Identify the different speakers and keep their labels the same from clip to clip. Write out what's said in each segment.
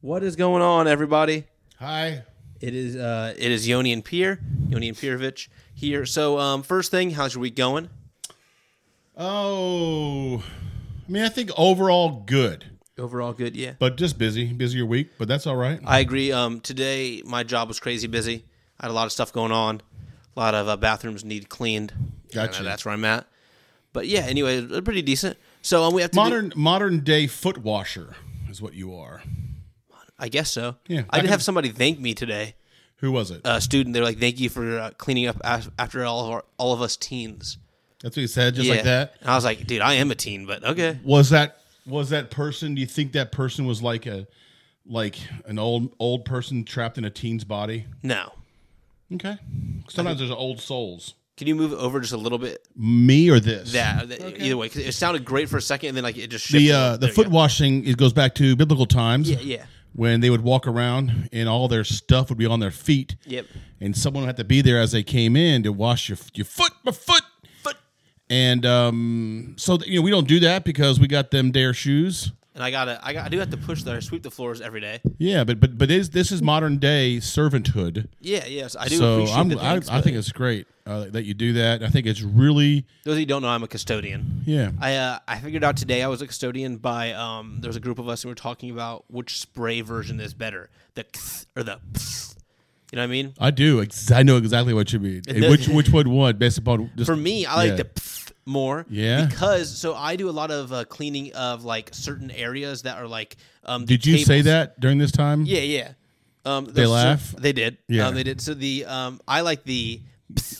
Speaker 1: What is going on, everybody?
Speaker 2: Hi.
Speaker 1: It is uh, it is Yoni and Pierre, Yoni and Pierovich here. So, um, first thing, how's your week going?
Speaker 2: Oh, I mean, I think overall good,
Speaker 1: Overall, good. Yeah,
Speaker 2: but just busy, busier week, but that's all right.
Speaker 1: I agree. Um, today my job was crazy busy. I had a lot of stuff going on. A lot of uh, bathrooms need cleaned.
Speaker 2: Gotcha.
Speaker 1: Kinda that's where I'm at. But yeah, anyway, it was pretty decent. So um, we have to do-
Speaker 2: Modern modern day foot washer is what you are.
Speaker 1: I guess so.
Speaker 2: Yeah,
Speaker 1: I
Speaker 2: I
Speaker 1: did
Speaker 2: can-
Speaker 1: have somebody thank me today.
Speaker 2: Who was it?
Speaker 1: A student, they're like, "Thank you for uh, cleaning up af- after all of our, all of us teens."
Speaker 2: that's what he said, just like
Speaker 1: Yeah.
Speaker 2: that.
Speaker 1: And I was like, "Dude, I am a teen, but okay."
Speaker 2: Was that was that person? Do you think that person was like a like an old old person trapped in a teen's body?
Speaker 1: No.
Speaker 2: Okay. Sometimes there's old souls.
Speaker 1: Can you move it over just a little bit?
Speaker 2: Me or this?
Speaker 1: That that- either way, 'cause it sounded great for a second, and then like it just shifted.
Speaker 2: The uh, the
Speaker 1: There you
Speaker 2: foot
Speaker 1: go.
Speaker 2: washing it goes back to biblical times.
Speaker 1: Yeah, yeah.
Speaker 2: When they would walk around and all their stuff would be on their feet.
Speaker 1: Yep.
Speaker 2: and someone had to be there as they came in to wash your your foot, my foot, foot. And um, so you know we don't do that because we got them dare shoes.
Speaker 1: And I gotta, I got, I do have to push that. I sweep the floors every day.
Speaker 2: Yeah, but but but is this is modern day servanthood.
Speaker 1: Yeah, yes, I do.
Speaker 2: So
Speaker 1: appreciate
Speaker 2: I'm,
Speaker 1: the thanks,
Speaker 2: I, I
Speaker 1: but
Speaker 2: think it's great uh, that you do that. I think it's really
Speaker 1: those of you who don't know, I'm a custodian.
Speaker 2: yeah.
Speaker 1: I uh, I figured out today I was a custodian by um there was a group of us and we were talking about which spray version is better, the or the. You know what I mean?
Speaker 2: I do. Ex- I know exactly what you mean.
Speaker 1: And the-
Speaker 2: which which one won based upon just,
Speaker 1: For me, I like
Speaker 2: yeah.
Speaker 1: the pfft more.
Speaker 2: Yeah?
Speaker 1: Because so I do a lot of uh, cleaning of like certain areas that are like. Um, the
Speaker 2: Did you say
Speaker 1: tables.
Speaker 2: that during this time?
Speaker 1: Yeah, yeah. Um,
Speaker 2: They
Speaker 1: those-
Speaker 2: laugh?
Speaker 1: they did.
Speaker 2: Yeah.
Speaker 1: um, they did. So the um, I like the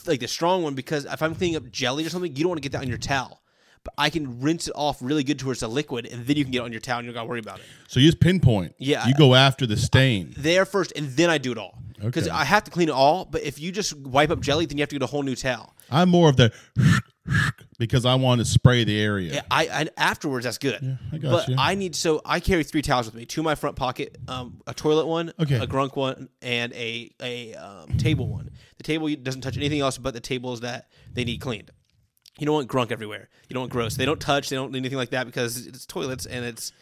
Speaker 1: like the strong one because if I'm cleaning up jelly or something, you don't want to get that on your towel. But I can rinse it off really good towards the liquid, and then you can get it on your towel, and you don't got to worry about it.
Speaker 2: So you just pinpoint.
Speaker 1: Yeah,
Speaker 2: You
Speaker 1: I-
Speaker 2: go after the stain.
Speaker 1: There first, and then I do it all because
Speaker 2: Okay.
Speaker 1: I have to clean it all. But if you just wipe up jelly, then you have to get a whole new towel.
Speaker 2: I'm more of the because I want to spray the area.
Speaker 1: Yeah, I, I afterwards that's good.
Speaker 2: I got
Speaker 1: but
Speaker 2: you.
Speaker 1: I need so I carry three towels with me: two in my front pocket, um, a toilet one,
Speaker 2: Okay.
Speaker 1: a grunk one, and a a um, table one. The table doesn't touch anything else but the tables that they need cleaned. You don't want grunk everywhere. You don't want gross. They don't touch. They don't do anything like that because it's toilets and it's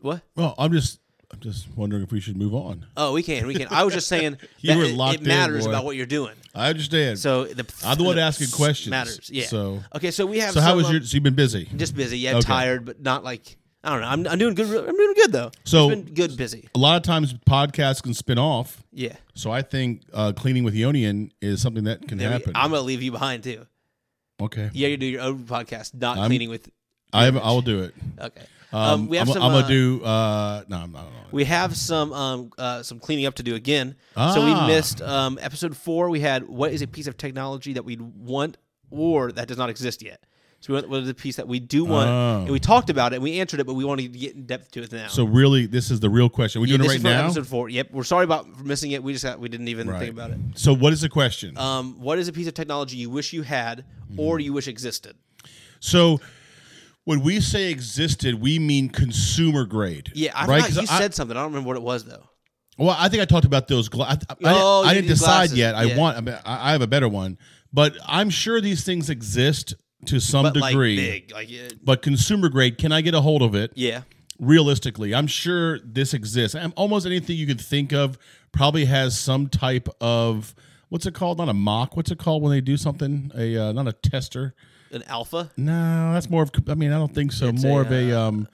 Speaker 1: what?
Speaker 2: Well, I'm just I'm just wondering if we should move on.
Speaker 1: Oh, we can, we can. I was just saying
Speaker 2: You
Speaker 1: that
Speaker 2: were
Speaker 1: it- it,
Speaker 2: locked in,
Speaker 1: matters
Speaker 2: boy.
Speaker 1: about what you're doing.
Speaker 2: I understand. So,
Speaker 1: So the
Speaker 2: I'm the one asking
Speaker 1: pss
Speaker 2: questions,
Speaker 1: Matters. Yeah.
Speaker 2: so-
Speaker 1: okay, so we have.
Speaker 2: how
Speaker 1: some,
Speaker 2: was
Speaker 1: um,
Speaker 2: your? So you've been busy.
Speaker 1: Just busy. Yeah,
Speaker 2: Okay.
Speaker 1: tired, but not like I don't know. I'm, I'm doing good. I'm doing good though.
Speaker 2: So-
Speaker 1: it's been good, busy.
Speaker 2: A lot of times podcasts can spin off.
Speaker 1: Yeah.
Speaker 2: So I think uh, cleaning with Ionian is something that can
Speaker 1: There we-
Speaker 2: happen.
Speaker 1: I'm gonna leave you behind too.
Speaker 2: okay,
Speaker 1: Yeah, you do your own podcast, not cleaning with.
Speaker 2: I have, I'll do it.
Speaker 1: Okay. Um,
Speaker 2: Um,
Speaker 1: we have
Speaker 2: I'm,
Speaker 1: some.
Speaker 2: I'm
Speaker 1: uh,
Speaker 2: gonna do. Uh, no, I'm not. I'm not.
Speaker 1: We have some um, uh, some cleaning up to do again. So we
Speaker 2: Ah.
Speaker 1: missed um, episode four. We had what is a piece of technology that we want or that does not exist yet. So we went with the piece that we do want,
Speaker 2: Oh.
Speaker 1: and we talked about it. and We answered it, but we want to get in depth to it now.
Speaker 2: So really, this is the real question. We're
Speaker 1: Yeah,
Speaker 2: doing
Speaker 1: this
Speaker 2: it
Speaker 1: is
Speaker 2: right
Speaker 1: from
Speaker 2: now.
Speaker 1: episode four. Yep, we're sorry about missing it. We just got, we didn't even think about it.
Speaker 2: So what is the question?
Speaker 1: Um, what is a piece of technology you wish you had or you wish existed?
Speaker 2: so when we say existed, we mean consumer grade.
Speaker 1: Yeah, I
Speaker 2: right.
Speaker 1: forgot
Speaker 2: 'Cause
Speaker 1: you
Speaker 2: I-
Speaker 1: said something. I don't remember what it was though.
Speaker 2: Well, I think I talked about those. Gla- I, I- I
Speaker 1: Oh,
Speaker 2: didn't, I
Speaker 1: you
Speaker 2: didn't
Speaker 1: need
Speaker 2: decide
Speaker 1: glasses.
Speaker 2: yet. I
Speaker 1: Yeah.
Speaker 2: want. I, mean, I I have a better one, but I'm sure these things exist to some
Speaker 1: But
Speaker 2: degree.
Speaker 1: like big, like uh,
Speaker 2: But consumer grade, can I get a hold of it?
Speaker 1: yeah,
Speaker 2: Realistically, I'm sure this exists. Um, almost anything you could think of probably has some type of what's it called? Not a mock. What's it called when they do something? A uh, not a tester.
Speaker 1: an alpha
Speaker 2: No, that's more of. I mean, I don't think so.
Speaker 1: a,
Speaker 2: more
Speaker 1: uh,
Speaker 2: of a um,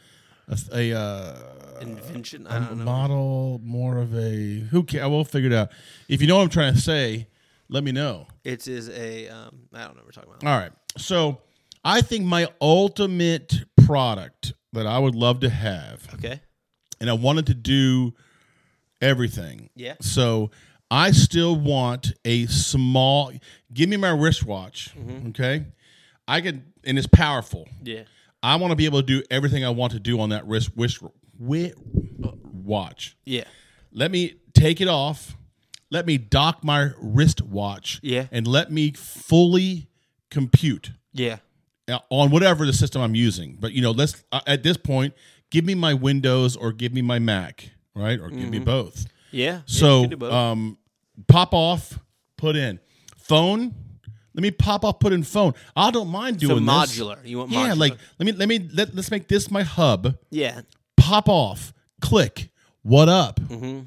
Speaker 2: a, th- a uh,
Speaker 1: invention. I don't know.
Speaker 2: model more of a who care we'll figure it out if you know what i'm trying to say let me know
Speaker 1: It is a um, I don't know. What we're talking about.
Speaker 2: all right so i think my ultimate product that i would love to have
Speaker 1: Okay.
Speaker 2: and i wanted to do everything
Speaker 1: Yeah.
Speaker 2: so i still want a small give me my wristwatch
Speaker 1: Mm-hmm.
Speaker 2: okay i could and it's powerful
Speaker 1: Yeah.
Speaker 2: i want to be able to do everything i want to do on that wrist wrist, wrist uh, watch
Speaker 1: Yeah.
Speaker 2: let me take it off. Let me dock my wristwatch.
Speaker 1: Yeah.
Speaker 2: And let me fully compute
Speaker 1: Yeah.
Speaker 2: uh, on whatever the system I'm using. But you know, let's uh, at this point give me my Windows or give me my Mac, right? Or give me both.
Speaker 1: Mm-hmm. Yeah.
Speaker 2: So
Speaker 1: yeah, you can do both.
Speaker 2: um, pop off, put in phone. Let me pop off, put in phone. I don't mind
Speaker 1: so
Speaker 2: doing this.
Speaker 1: modular. You want modular?
Speaker 2: Yeah, like let me let me let, let's make this my hub
Speaker 1: yeah.
Speaker 2: pop off, click, what up,
Speaker 1: Mm-hmm.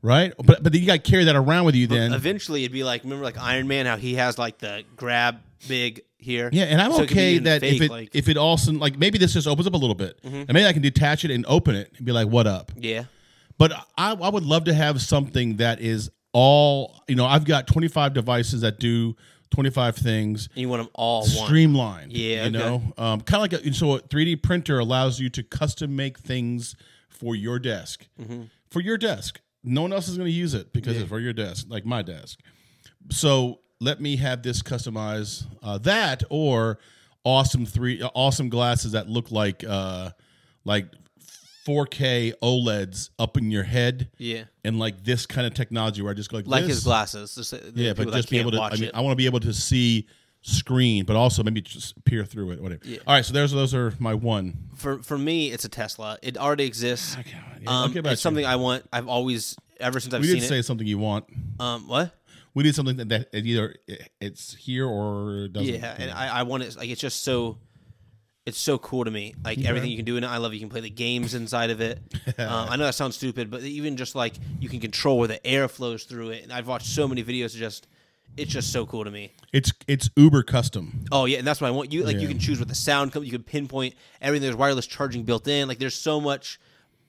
Speaker 2: right? But but you got to carry that around with you then.
Speaker 1: Eventually, it'd be like remember like Iron Man, how he has like the grab big here.
Speaker 2: Yeah, and I'm
Speaker 1: So it could be
Speaker 2: okay
Speaker 1: even
Speaker 2: that if
Speaker 1: fake,
Speaker 2: it
Speaker 1: like, Mm-hmm.
Speaker 2: if it also like maybe this just opens up a little bit, and maybe I can detach it and open it and be like, "What up?"
Speaker 1: yeah,
Speaker 2: But I, I would love to have something that is all you know. I've got 25 devices that do 25 things
Speaker 1: you want them all one.
Speaker 2: streamlined.
Speaker 1: Yeah,
Speaker 2: you know, um, kind of like a, so a 3D printer allows you to custom make things for your desk,
Speaker 1: Mm-hmm.
Speaker 2: for your desk. No one else is going to use it because it's for your desk, like my desk. So let me have this customize uh, that or awesome three uh, awesome glasses that look like uh, like 4K OLEDs E up in your head.
Speaker 1: Yeah,
Speaker 2: And like this kind of technology where I just go like,
Speaker 1: like
Speaker 2: this,
Speaker 1: his glasses. Just, uh,
Speaker 2: yeah,
Speaker 1: people
Speaker 2: but
Speaker 1: that
Speaker 2: just be
Speaker 1: can't
Speaker 2: able to. I
Speaker 1: watch
Speaker 2: mean,
Speaker 1: it.
Speaker 2: I want to be able to see screen, but also maybe just peer through it. Whatever. All right, so there's those are my one.
Speaker 1: for for me, it's a Tesla. It already exists.
Speaker 2: I'll
Speaker 1: Um,
Speaker 2: get back
Speaker 1: it's
Speaker 2: to
Speaker 1: something I want. I've always ever since I've
Speaker 2: We
Speaker 1: seen
Speaker 2: did say
Speaker 1: it.
Speaker 2: something you want.
Speaker 1: Um, what?
Speaker 2: We did something that, that it either it- it's here or it doesn't.
Speaker 1: Yeah, and I, I want it. Like it's just so, it's so cool to me. Like everything you can do in it, I love. it. You can play the games inside of it. um, I know that sounds stupid, but even just like you can control where the air flows through it. And I've watched so many videos. of Just it's just so cool to me.
Speaker 2: it's it's Uber custom.
Speaker 1: Oh yeah, and that's what I want. You like
Speaker 2: Yeah.
Speaker 1: you can choose what the sound comes. You can pinpoint everything. There's wireless charging built in. Like there's so much.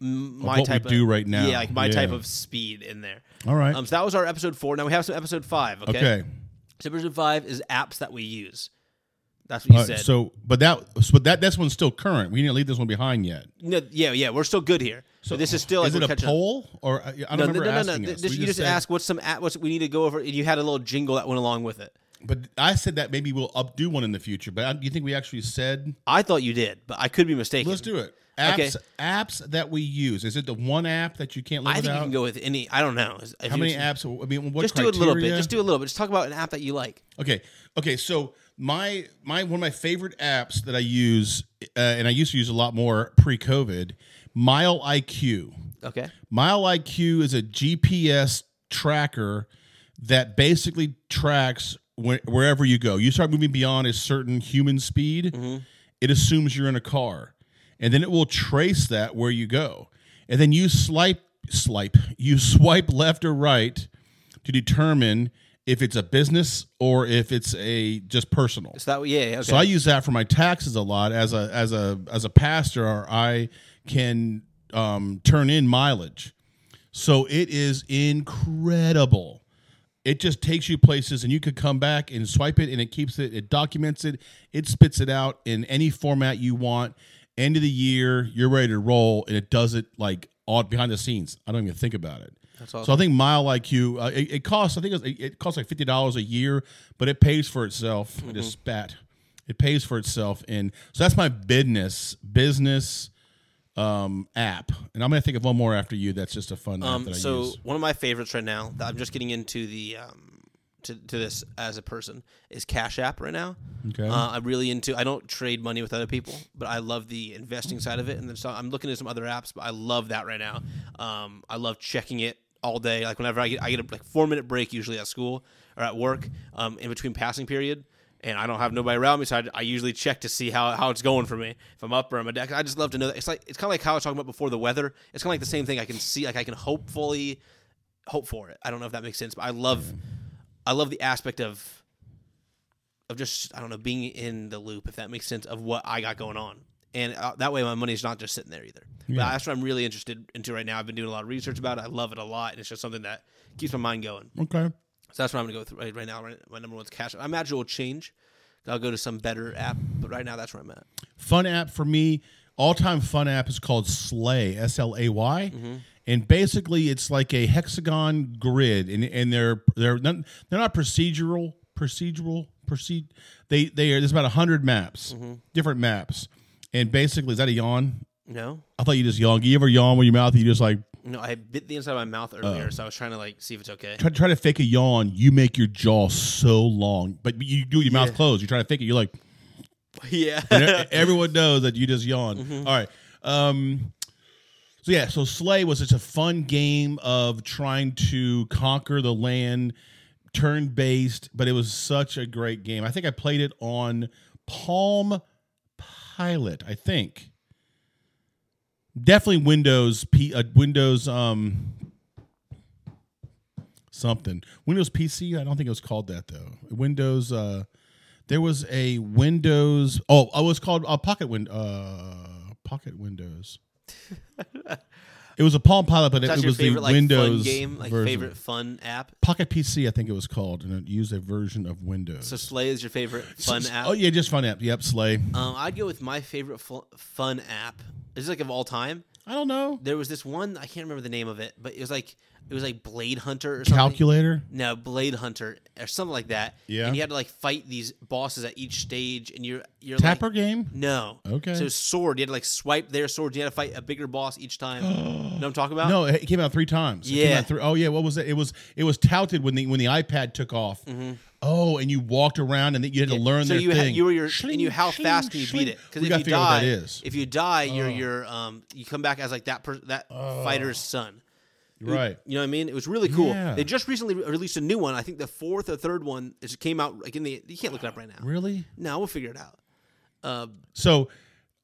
Speaker 1: m- My
Speaker 2: what we
Speaker 1: type of,
Speaker 2: do right now.
Speaker 1: Yeah, like my type
Speaker 2: Yeah.
Speaker 1: of speed in there.
Speaker 2: All right.
Speaker 1: Um, so that was our episode four. Now we have some episode five. Okay.
Speaker 2: Okay.
Speaker 1: So episode five is apps that we use. That's what you
Speaker 2: All right,
Speaker 1: said.
Speaker 2: Uh, so, but that, so, but that, that's one's still current. We didn't leave this one behind yet.
Speaker 1: No, yeah, yeah, we're still good here. So this is still like
Speaker 2: is
Speaker 1: we're
Speaker 2: it a
Speaker 1: catching up.
Speaker 2: poll or I I don't
Speaker 1: No, no,
Speaker 2: remember
Speaker 1: no, no,
Speaker 2: asking
Speaker 1: no.
Speaker 2: us.
Speaker 1: This,
Speaker 2: We
Speaker 1: you just
Speaker 2: said-
Speaker 1: asked what's some app, what's we need to go over, and you had a little jingle that went along with it.
Speaker 2: But I said that maybe we'll up do one in the future. But I, do you think we actually said?
Speaker 1: I thought you did, but I could be mistaken.
Speaker 2: Let's do it. Apps,
Speaker 1: Okay.
Speaker 2: apps that we use. Is it the one app that you can't live
Speaker 1: I think
Speaker 2: without?
Speaker 1: you can go with any. I don't know. If
Speaker 2: How
Speaker 1: you-
Speaker 2: many apps? I mean, what
Speaker 1: Just do a little bit.
Speaker 2: criteria?
Speaker 1: Just do a little bit. Just talk about an app that you like.
Speaker 2: Okay. Okay. So my my one of my favorite apps that I use, uh, and I used to use a lot more pre-COVID, Mile IQ.
Speaker 1: Okay.
Speaker 2: Mile IQ is a GPS tracker that basically tracks wh- wherever you go. You start moving beyond a certain human speed, it assumes you're in a car, and then it will trace that where you go, and then you swipe, swipe, you swipe left or right to determine if it's a business or if it's a just personal.
Speaker 1: So that yeah. yeah, Okay.
Speaker 2: So I use that for my taxes a lot as a as a as a pastor. I can um, turn in mileage, so it is incredible. It just takes you places, and you could come back and swipe it, and it keeps it. It documents it. It spits it out in any format you want. End of the year, you're ready to roll, and it does it like all behind the scenes. I don't even think about it.
Speaker 1: That's awesome.
Speaker 2: So I think Mile IQ, uh, it, it costs. I think it, it costs like fifty dollars a year, but it pays for itself.
Speaker 1: Mm-hmm.
Speaker 2: It is spat. It pays for itself, and so that's my business business um, app. And I'm gonna think of one more after you. That's just a fun app
Speaker 1: Um,
Speaker 2: that I
Speaker 1: so
Speaker 2: use.
Speaker 1: one of my favorites right now that I'm just getting into the um, to, to this as a person is Cash App right now.
Speaker 2: Okay.
Speaker 1: Uh, I'm really into. I don't trade money with other people, but I love the investing side of it. And then so I'm looking at some other apps, but I love that right now. Um, I love checking it all day. Like whenever I get, I get a like four minute break usually at school or at work, um, in between passing period. And I don't have nobody around me, so I, I usually check to see how, how it's going for me. If I'm up or I'm a deck, I just love to know that it's like it's kind of like how I was talking about before the weather. It's kind of like the same thing. I can see, like I can hopefully hope for it. I don't know if that makes sense, but I love I love the aspect of of just I don't know being in the loop if that makes sense of what I got going on. And uh, that way my money's not just sitting there either. But that's what I'm really interested into right now. I've been doing a lot of research about it. I love it a lot and it's just something that keeps my mind going.
Speaker 2: okay.
Speaker 1: So that's what I'm going to go through right, right now. Right, my number one's cash. I imagine it will change. I'll go to some better app, but right now that's where I'm at.
Speaker 2: fun app for me all time fun app is called slay s-l-a-y and basically it's like a hexagon grid and, and they're they're not, they're not procedural procedural proceed they they are there's about 100 maps different maps and basically is that a yawn
Speaker 1: No?
Speaker 2: i thought you just yawned you ever yawn with your mouth you just like
Speaker 1: No, I bit the inside of my mouth
Speaker 2: Oh.
Speaker 1: earlier, so I was trying to like see if it's okay.
Speaker 2: try, try to fake a yawn you make your jaw so long but you do it with your mouth closed you try to fake it you're like
Speaker 1: yeah.
Speaker 2: And e- everyone knows that you just yawned. All right. Um, so yeah, so Slay was just a fun game of trying to conquer the land, turn based, but it was such a great game. I think I played it on Palm Pilot. I think. definitely Windows P uh, Windows um something Windows PC. I don't think it was called that though. Windows. Uh, there was a Windows. Oh, oh, it was called uh, Pocket Win. Uh, Pocket Windows. it was a Palm Pilot, but it,
Speaker 1: That's
Speaker 2: it
Speaker 1: your
Speaker 2: was the
Speaker 1: favorite like
Speaker 2: Windows
Speaker 1: fun game, like
Speaker 2: version.
Speaker 1: favorite fun app.
Speaker 2: Pocket PC, I think it was called, and it used a version of Windows.
Speaker 1: So Slay is your favorite fun app.
Speaker 2: Oh yeah, just fun app. Yep, Slay.
Speaker 1: Um, I'd go with my favorite fu- fun app. This is like of all time.
Speaker 2: I don't know.
Speaker 1: There was this one I can't remember the name of it, but it was like it was like Blade Hunter or something.
Speaker 2: Calculator.
Speaker 1: no, Blade Hunter or something like that.
Speaker 2: Yeah.
Speaker 1: and you had to like fight these bosses at each stage, and you're you're
Speaker 2: Tapper
Speaker 1: like,
Speaker 2: game.
Speaker 1: No.
Speaker 2: Okay.
Speaker 1: So sword, you had to like swipe their swords. You had to fight a bigger boss each time. you know what I'm talking about?
Speaker 2: No, it came out three times. It came
Speaker 1: Yeah.
Speaker 2: out three- oh yeah. What was it? It was it was touted when the when the iPad took off. Oh, and you walked around and then you had to learn
Speaker 1: Mm-hmm. so
Speaker 2: their
Speaker 1: you
Speaker 2: thing.
Speaker 1: had, you were your
Speaker 2: Shling,
Speaker 1: and you how
Speaker 2: shling,
Speaker 1: fast can you beat
Speaker 2: shling.
Speaker 1: it?
Speaker 2: We
Speaker 1: Because if
Speaker 2: gotta
Speaker 1: you
Speaker 2: figure out
Speaker 1: die,
Speaker 2: what that is. Oh.
Speaker 1: if you die, you're you're um you come back as like that per, that fighter's son.
Speaker 2: right.
Speaker 1: You know what I mean? It was really cool.
Speaker 2: Yeah.
Speaker 1: They just recently re- released a new one. I think the fourth or third one is came out like in the you can't look it up right now.
Speaker 2: Really?
Speaker 1: No, we'll figure it out.
Speaker 2: So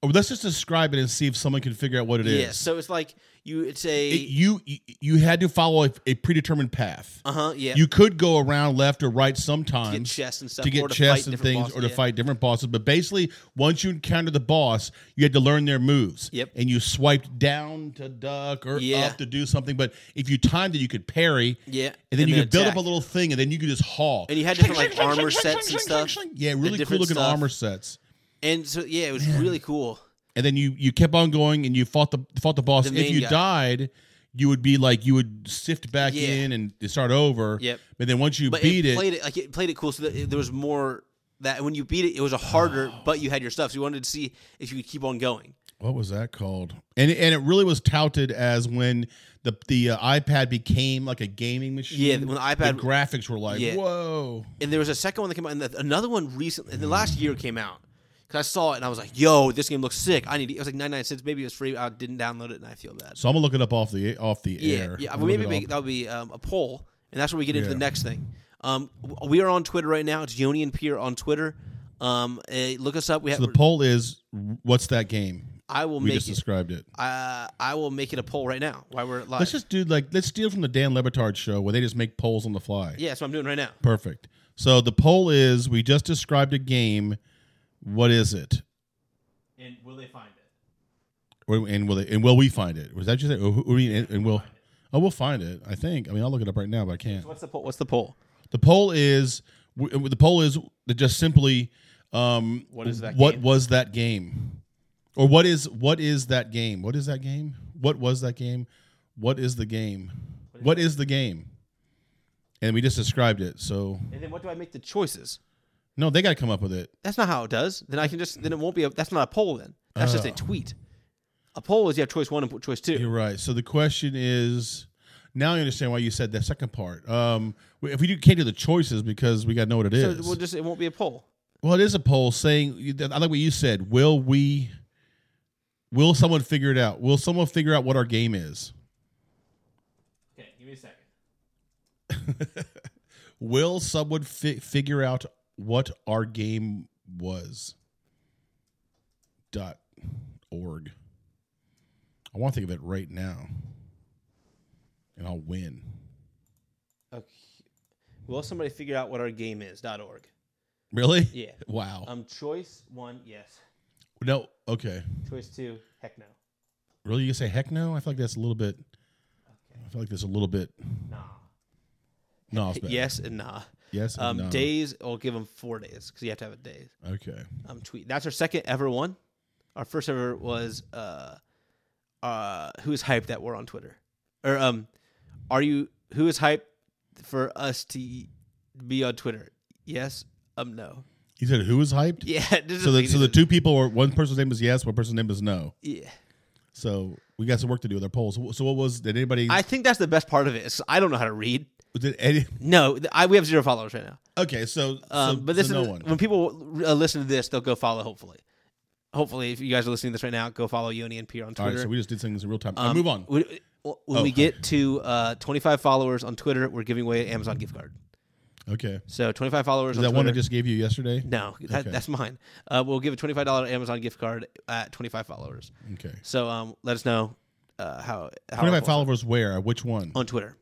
Speaker 2: oh, let's just describe it and see if someone can figure out what it is.
Speaker 1: Yeah. So it's like you it's a
Speaker 2: It- you you- you had to follow a, a predetermined path.
Speaker 1: uh huh yeah
Speaker 2: You could go around left or right sometimes
Speaker 1: get chests and stuff
Speaker 2: to
Speaker 1: or
Speaker 2: get
Speaker 1: to
Speaker 2: chests
Speaker 1: fight
Speaker 2: and
Speaker 1: different
Speaker 2: things
Speaker 1: bosses,
Speaker 2: or to
Speaker 1: yeah.
Speaker 2: fight different bosses. But basically, once you encountered the boss, you had to learn their moves.
Speaker 1: Yep.
Speaker 2: And you swiped down to duck or
Speaker 1: Yeah.
Speaker 2: up to do something. But if you timed it, you could parry.
Speaker 1: Yeah,
Speaker 2: And then
Speaker 1: and
Speaker 2: you
Speaker 1: then
Speaker 2: could build up
Speaker 1: attack.
Speaker 2: a little thing and then you could just haul.
Speaker 1: And you had different, like, armor sets and stuff.
Speaker 2: Yeah,
Speaker 1: The
Speaker 2: really cool
Speaker 1: different
Speaker 2: looking
Speaker 1: stuff.
Speaker 2: armor sets.
Speaker 1: and so yeah it was really cool.
Speaker 2: And then you you kept on going and you fought the fought the boss.
Speaker 1: The
Speaker 2: if
Speaker 1: main
Speaker 2: you
Speaker 1: guy.
Speaker 2: died, you would be like you would sift back
Speaker 1: Yeah.
Speaker 2: in and start over.
Speaker 1: Yep.
Speaker 2: But then once you
Speaker 1: but
Speaker 2: beat
Speaker 1: it
Speaker 2: it,
Speaker 1: played it like it played it cool so that it- there was more that when you beat it it was a harder but you had your stuff so you wanted to see if you could keep on going
Speaker 2: what was that called? And and it really was touted as when the the uh, iPad became like a gaming machine.
Speaker 1: Yeah, when the iPad-
Speaker 2: graphics were like,
Speaker 1: Yeah.
Speaker 2: whoa.
Speaker 1: and there was a second one that came out and the, another one recently in the last
Speaker 2: Mm.
Speaker 1: year came out because i saw it and i was like yo this game looks sick i need to, it was like 99 cents maybe it was free i didn't download it and i feel bad
Speaker 2: So I'm gonna look it up off the off the
Speaker 1: yeah
Speaker 2: air.
Speaker 1: yeah
Speaker 2: I'm
Speaker 1: well,
Speaker 2: gonna
Speaker 1: maybe
Speaker 2: look it
Speaker 1: make,
Speaker 2: off.
Speaker 1: that'll be um, a poll and that's where we get into
Speaker 2: Yeah.
Speaker 1: the next thing um, w- we are on twitter right now it's yoni and pierre on twitter um, eh, look us up we have
Speaker 2: So the poll is, what's that game?
Speaker 1: i will
Speaker 2: We
Speaker 1: make
Speaker 2: just
Speaker 1: it
Speaker 2: described it.
Speaker 1: uh, i will make it a poll right now while we're live
Speaker 2: Let's just do like let's steal from the Dan Levitard show where they just make polls on the fly.
Speaker 1: yeah that's what i'm doing right now
Speaker 2: Perfect. So the poll is, we just described a game. What is it?
Speaker 1: And will they find it?
Speaker 2: Or- And will they, and will we find it? Was that just it? Or who- who- And, and will oh we'll find it. I think. I mean I'll look it up right now, but I can't.
Speaker 1: What's the poll? What's the poll?
Speaker 2: The poll is w- the poll is just simply um,
Speaker 1: What is that
Speaker 2: What
Speaker 1: game?
Speaker 2: was that game? Or what is what is that game? What is that game? What was that game? What is the game? What is the game? And we just described it. So
Speaker 1: And then what do I make the choices?
Speaker 2: no, they got to come up with it.
Speaker 1: That's not how it does. Then I can just then it won't be a that's not a poll then. That's
Speaker 2: Oh.
Speaker 1: just a tweet. A poll is you have choice one and po- choice two.
Speaker 2: You're right. So the question is. Now I understand why you said that second part. Um, if we do, can't do the choices because we got to know what it
Speaker 1: So
Speaker 2: is.
Speaker 1: we'll just it won't be a poll.
Speaker 2: Well, it is a poll saying I like what you said. Will we? Will someone figure it out? Will someone figure out what our game is?
Speaker 1: Okay, give me a second.
Speaker 2: Will someone fi- figure out what our game was? Dot org. I want to think of it right now, and I'll win.
Speaker 1: Okay. Will somebody figure out what our game is? dot org.
Speaker 2: Really?
Speaker 1: Yeah.
Speaker 2: Wow.
Speaker 1: Um choice one, yes.
Speaker 2: no. Okay.
Speaker 1: Choice two, heck no.
Speaker 2: Really? You say heck no? I feel like that's a little bit. I feel like that's a little bit.
Speaker 1: Nah.
Speaker 2: No, it's bad.
Speaker 1: Yes and nah.
Speaker 2: Yes. and
Speaker 1: Um
Speaker 2: no.
Speaker 1: days, I'll give them four days because you have to have a days.
Speaker 2: Okay.
Speaker 1: um, tweet. That's our second ever one. Our first ever was uh, uh, who is hyped that we're on Twitter, or um, are you who is hyped for us to be on Twitter? Yes, um, no,
Speaker 2: You said who was hyped?
Speaker 1: yeah. this is
Speaker 2: So the, so the
Speaker 1: amazing.
Speaker 2: two people were one person's name is yes, one person's name is no.
Speaker 1: yeah.
Speaker 2: So we got some work to do with our polls. So, so what was did anybody
Speaker 1: I think that's the best part of it. Is I don't know how to read.
Speaker 2: did any,
Speaker 1: No, th- I, we have zero followers right now.
Speaker 2: okay? So,
Speaker 1: Um,
Speaker 2: so
Speaker 1: but this
Speaker 2: so
Speaker 1: is
Speaker 2: no one.
Speaker 1: when people uh, listen to this, they'll go follow. Hopefully, hopefully, if you guys are listening to this right now, go follow Yoni and Pierre on
Speaker 2: All
Speaker 1: Twitter.
Speaker 2: right, so we just did things in real time. Uh, move on.
Speaker 1: When, when we
Speaker 2: okay.
Speaker 1: get to uh, 25 followers on Twitter, we're giving away an Amazon gift card.
Speaker 2: Okay.
Speaker 1: So 25 followers.
Speaker 2: Is
Speaker 1: on
Speaker 2: that one I
Speaker 1: Twitter.
Speaker 2: just gave you yesterday?
Speaker 1: No, that,
Speaker 2: Okay.
Speaker 1: that's mine. Uh, we'll give a twenty-five dollar Amazon gift card at twenty-five followers.
Speaker 2: Okay.
Speaker 1: So um, let us know uh, how, how
Speaker 2: Twenty
Speaker 1: it falls
Speaker 2: five followers where? Which one?
Speaker 1: on Twitter.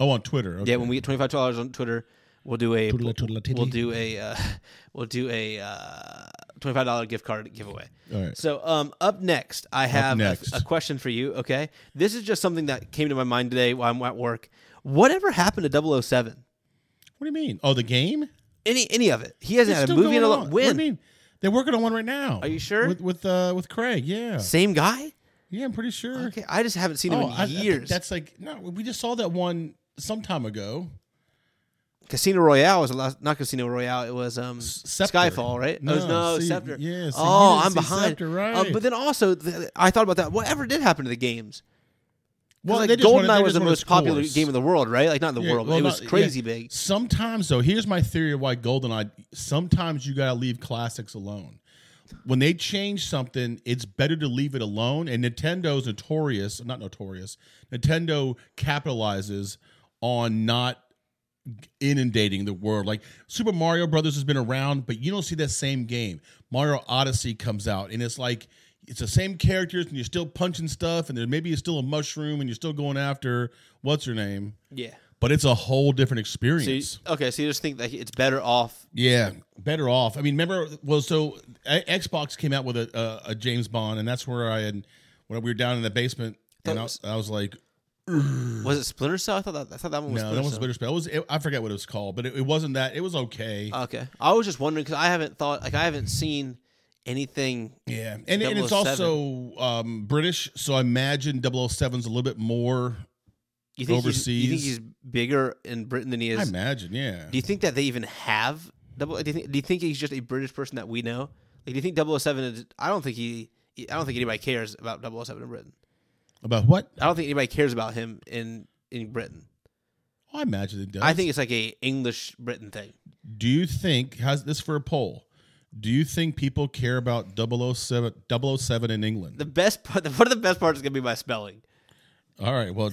Speaker 2: Oh, on Twitter. Okay.
Speaker 1: Yeah, when we get twenty-five dollars on Twitter, we'll do a
Speaker 2: Twiddle, twiddle, tiddly.
Speaker 1: we'll do a uh, we'll do a uh, twenty-five dollar gift card giveaway.
Speaker 2: All right.
Speaker 1: So um, up next, I have a-
Speaker 2: next.
Speaker 1: A, question for you. Okay, this is just something that came to my mind today while I'm at work. Whatever happened to 007?
Speaker 2: What do you mean? Oh, the game?
Speaker 1: Any any of it? He hasn't
Speaker 2: It's
Speaker 1: had a
Speaker 2: still
Speaker 1: movie in a
Speaker 2: going
Speaker 1: long.
Speaker 2: on.
Speaker 1: When?
Speaker 2: What do you mean? They're working on one right now. Are
Speaker 1: you sure?
Speaker 2: With with uh, with Craig, yeah.
Speaker 1: Same guy?
Speaker 2: Yeah, I'm pretty sure.
Speaker 1: Okay, I just haven't seen him
Speaker 2: Oh,
Speaker 1: in
Speaker 2: I- I think
Speaker 1: years.
Speaker 2: that's like no, we just saw that one some time ago.
Speaker 1: Casino Royale was the last, not Casino Royale. It was um,
Speaker 2: Scepter.
Speaker 1: Skyfall, right? No,
Speaker 2: No,
Speaker 1: no
Speaker 2: see,
Speaker 1: Scepter.
Speaker 2: yeah, see, you
Speaker 1: oh,
Speaker 2: didn't
Speaker 1: I'm
Speaker 2: see
Speaker 1: behind.
Speaker 2: Scepter, right.
Speaker 1: Um, but then also, th- I thought about that. Whatever did happen to the games? 'Cause,
Speaker 2: Well,
Speaker 1: like,
Speaker 2: they just wanted-
Speaker 1: GoldenEye
Speaker 2: they
Speaker 1: was
Speaker 2: just
Speaker 1: the
Speaker 2: wanted
Speaker 1: most popular
Speaker 2: scores.
Speaker 1: game in the world, right? Like not in the
Speaker 2: Yeah,
Speaker 1: world.
Speaker 2: well,
Speaker 1: it was
Speaker 2: not-
Speaker 1: crazy
Speaker 2: yeah.
Speaker 1: big.
Speaker 2: Sometimes, though, here's my theory of why GoldenEye. Sometimes you gotta leave classics alone. When they change something, it's better to leave it alone. And Nintendo's notorious, not notorious. Nintendo capitalizes on not inundating the world. Like Super Mario Brothers has been around, but you don't see that same game. Mario Odyssey comes out, and it's like it's the same characters, and you're still punching stuff, and there maybe is still a mushroom, and you're still going after what's her name
Speaker 1: Yeah.
Speaker 2: but it's a whole different
Speaker 1: So you-
Speaker 2: experience.
Speaker 1: okay, so you just think that it's better off.
Speaker 2: yeah, better off. I mean, remember? Well, so I, Xbox came out with a, a a James Bond, and that's where I had when we were down in the basement, and I was, I was like,
Speaker 1: Was it Splinter Cell? I thought that I thought that one was
Speaker 2: no,
Speaker 1: Splinter
Speaker 2: that was
Speaker 1: Cell.
Speaker 2: bitter spell. It was it, I forget what it was called, but it, it wasn't that. It was okay.
Speaker 1: Okay, I was just wondering because I haven't thought like I haven't seen anything.
Speaker 2: yeah, and, and it's
Speaker 1: 007.
Speaker 2: also um, British, so I imagine 007's a little bit more.
Speaker 1: You think He's, you think
Speaker 2: Overseas.
Speaker 1: he's bigger in Britain than he
Speaker 2: I
Speaker 1: is
Speaker 2: imagine, yeah.
Speaker 1: Do you think that they even have double? Do you think, do you think he's just a British person that we know? Like, do you think 007 is? I don't think he. I don't think anybody cares about 007 in Britain.
Speaker 2: About what?
Speaker 1: I don't think anybody cares about him in in Britain.
Speaker 2: I imagine it does.
Speaker 1: I think it's like a English Britain thing.
Speaker 2: Do you think, how's this for a poll? Do you think people care about 007, 007 in England?
Speaker 1: The best part, the, one of the best parts is gonna be my spelling.
Speaker 2: All right. Well,